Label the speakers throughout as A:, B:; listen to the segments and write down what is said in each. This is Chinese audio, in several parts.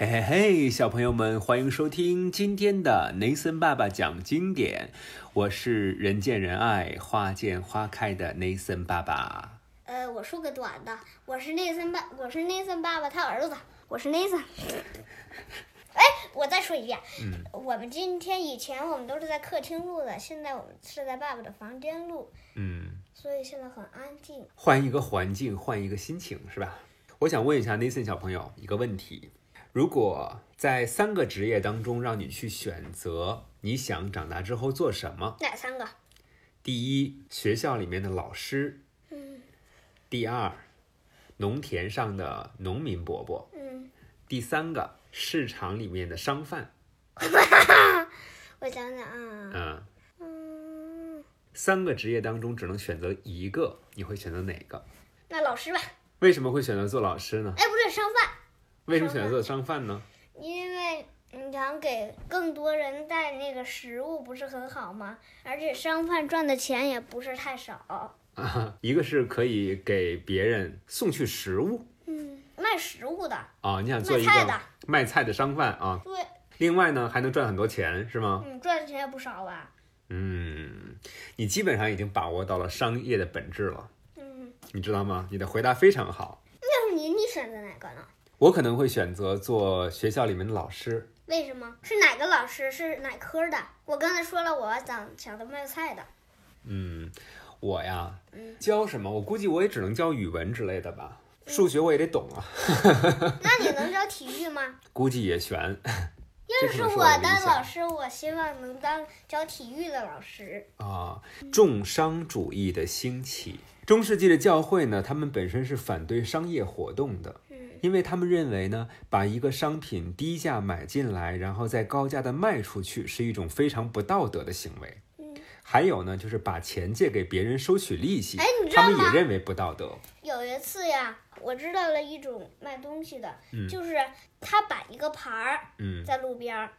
A: 嘿嘿哎嘿，小朋友们，欢迎收听今天的雷森爸爸讲经典。我是人见人爱、花见花开的雷森爸爸。
B: 呃，我说个短的，我是内森爸，我是内森爸爸他儿子，我是内森。 哎，我再说一遍，我们今天以前我们都是在客厅录的，现在我们是在爸爸的房间录，
A: 嗯，
B: 所以现在很安静。
A: 换一个环境，换一个心情，是吧？我想问一下 Nathan 小朋友一个问题：如果在三个职业当中让你去选择，你想长大之后做什么？
B: 哪三个？
A: 第一，学校里面的老师；
B: 嗯
A: 第二，农田上的农民伯伯；
B: 嗯，
A: 第三个，市场里面的商贩。
B: 我想想啊，
A: 嗯，
B: 嗯，
A: 三个职业当中只能选择一个，你会选择哪个？
B: 那老师吧。
A: 为什么会选择做老师呢？
B: 哎，不对，商贩，
A: 为什么选择做商贩呢？
B: 因为你想给更多人带那个食物，不是很好吗？而且商贩赚的钱也不是太少。
A: 啊，一个是可以给别人送去食物
B: 嗯，卖食物的，
A: 啊，你想做一
B: 卖菜的
A: 个卖菜的商贩啊，
B: 对，
A: 另外呢还能赚很多钱，是吗？
B: 嗯，赚的钱也不少吧？
A: 嗯，你基本上已经把握到了商业的本质了，
B: 嗯，
A: 你知道吗？你的回答非常好。
B: 那是你，你选择哪个呢？
A: 我可能会选择做学校里面的老师，
B: 为什么？是哪个老师？是哪科的？我刚才说了，我想想的卖 菜的。
A: 嗯，我呀
B: 嗯，
A: 教什么？我估计我也只能教语文之类的吧，数学我也得懂啊，
B: 那你能教体育吗？
A: 估计也悬。
B: 要
A: 这可
B: 是
A: 能是
B: 我
A: 我的理
B: 当
A: 想
B: 老师，我希望能当教体育的老师。
A: 啊，重商主义的兴起。中世纪的教会呢，他们本身是反对商业活动的，
B: 嗯
A: 因为他们认为呢，把一个商品低价买进来，然后再高价的卖出去，是一种非常不道德的行为。
B: 嗯，
A: 还有呢，就是把钱借给别人收取利息
B: 哎，你知道
A: 他
B: 吗
A: 们也认为不道德。
B: 有一次呀，我知道了一种卖东西的，
A: 嗯
B: 就是他摆一个盘儿
A: 嗯
B: 在路边儿，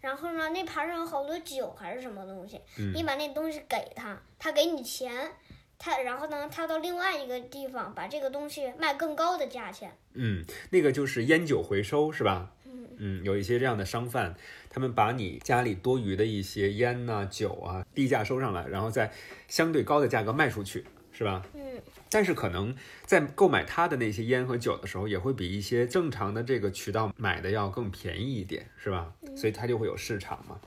B: 然后呢，那盘儿上有好多酒还是什么东西，你
A: 嗯
B: 把那东西给他，他给你钱，他然后呢，他到另外一个地方把这个东西卖更高的价钱。
A: 嗯，那个就是烟酒回收是吧？
B: 嗯
A: 嗯，有一些这样的商贩，他们把你家里多余的一些烟呐、酒啊，低价收上来，然后再相对高的价格卖出去，是吧？
B: 嗯
A: 但是可能在购买他的那些烟和酒的时候，也会比一些正常的这个渠道买的要更便宜一点，是吧？
B: 嗯
A: 所以它就会有市场嘛。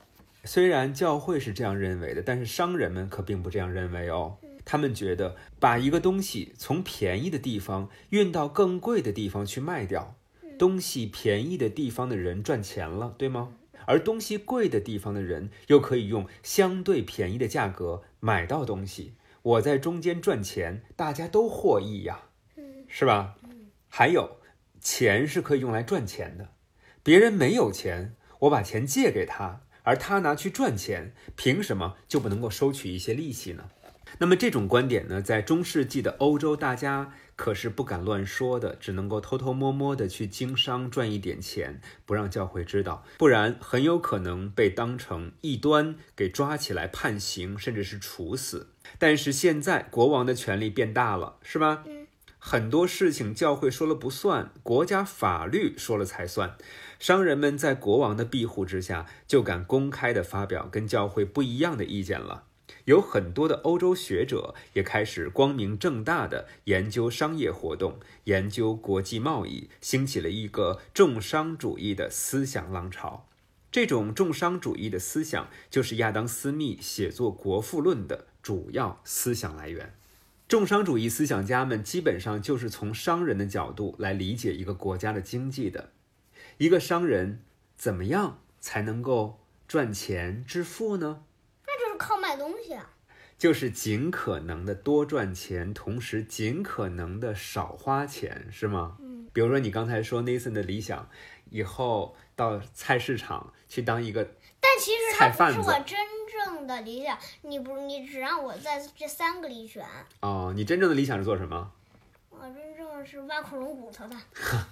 A: 虽然教会是这样认为的，但是商人们可并不这样认为哦。
B: 嗯
A: 他们觉得把一个东西从便宜的地方运到更贵的地方去卖掉，
B: 嗯
A: 东西便宜的地方的人赚钱了，对吗？而东西贵的地方的人又可以用相对便宜的价格买到东西，我在中间赚钱，大家都获益呀，
B: 嗯
A: 是吧？还有，钱是可以用来赚钱的，别人没有钱，我把钱借给他，而他拿去赚钱，凭什么就不能够收取一些利息呢？那么这种观点呢，在中世纪的欧洲，大家可是不敢乱说的，只能够偷偷摸摸的去经商赚一点钱，不让教会知道，不然很有可能被当成异端给抓起来判刑，甚至是处死。但是现在国王的权力变大了，是吧？
B: 嗯。
A: 很多事情教会说了不算，国家法律说了才算。商人们在国王的庇护之下，就敢公开的发表跟教会不一样的意见了。有很多的欧洲学者也开始光明正大的研究商业活动，研究国际贸易，兴起了一个重商主义的思想浪潮。这种重商主义的思想，就是亚当·斯密写作《国富论》的主要思想来源。重商主义思想家们基本上就是从商人的角度来理解一个国家的经济的。一个商人怎么样才能够赚钱致富呢？
B: 那就是靠卖东西啊。
A: 就是尽可能的多赚钱，同时尽可能的少花钱，是吗？
B: 嗯。
A: 比如说你刚才说 Nathan 的理想，以后到菜市场去当一个，
B: 但其实它
A: 菜贩
B: 不是
A: 子
B: 我真正的理想，你不，你只让我在这三个里选，
A: 哦，你真正的理想是做什么？
B: 我真正是挖恐龙骨头的。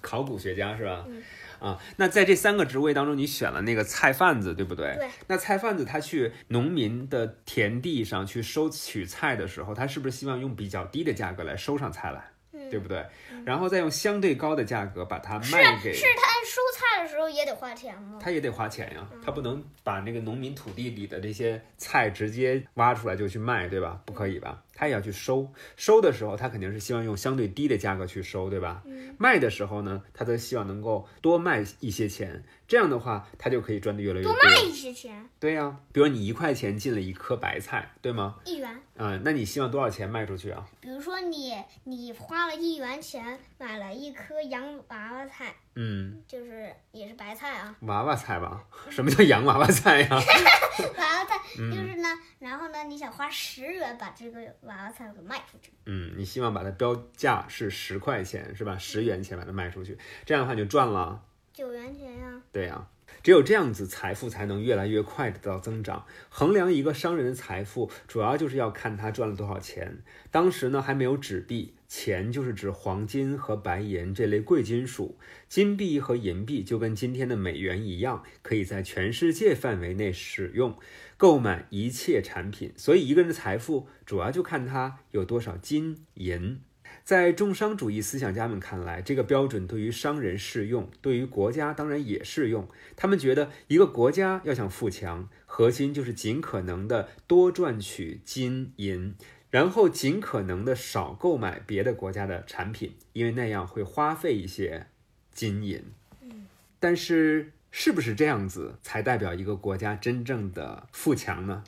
A: 考古学家是吧？
B: 嗯
A: 啊，那在这三个职位当中，你选了那个菜贩子，对不对？
B: 对。
A: 那菜贩子他去农民的田地上去收取菜的时候，他是不是希望用比较低的价格来收上菜来，
B: 嗯，
A: 对不对？然后再用相对高的价格把它
B: 是
A: 卖给
B: 是他收菜画的时候也得花钱吗？
A: 他也得花钱呀，他不能把那个农民土地里的这些菜直接挖出来就去卖，对吧？不可以吧？他也要去收，收的时候他肯定是希望用相对低的价格去收，对吧？卖的时候呢，他则希望能够多卖一些钱，这样的话他就可以赚的越来越多。
B: 卖一些钱，
A: 对呀、比如你一块钱进了一颗白菜，对吗？
B: 一元。
A: 啊、那你希望多少钱卖出去啊？
B: 比如说你你花了一元钱买了一颗洋娃娃菜，
A: 嗯，
B: 就是也是白菜啊，
A: 娃娃菜吧？什么叫洋娃娃菜呀？
B: 娃娃菜
A: 嗯
B: 就是呢，然后呢你想花十元把这个娃娃菜给卖出去，
A: 嗯，你希望把它标价是十块钱是吧？十元钱把它卖出去，这样的话你就赚了。
B: 九元钱呀、
A: 对呀、只有这样子，财富才能越来越快的得到增长。衡量一个商人的财富，主要就是要看他赚了多少钱。当时呢，还没有纸币，钱就是指黄金和白银这类贵金属。金币和银币就跟今天的美元一样，可以在全世界范围内使用，购买一切产品。所以，一个人的财富主要就看他有多少金银。在重商主义思想家们看来，这个标准对于商人适用，对于国家当然也适用。他们觉得，一个国家要想富强，核心就是尽可能的多赚取金银，然后尽可能的少购买别的国家的产品，因为那样会花费一些金银。
B: 嗯
A: 但是是不是这样子才代表一个国家真正的富强呢？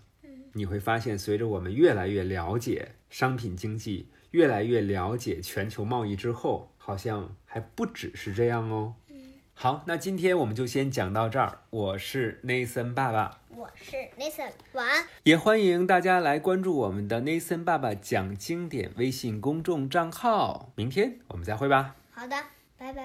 A: 你会发现，随着我们越来越了解商品经济，越来越了解全球贸易之后，好像还不只是这样哦。好，那今天我们就先讲到这儿。我是 Nathan 爸爸，
B: 我是 Nathan，晚安。
A: 也欢迎大家来关注我们的 Nathan 爸爸讲经典微信公众账号。明天我们再会吧。
B: 好的，拜拜。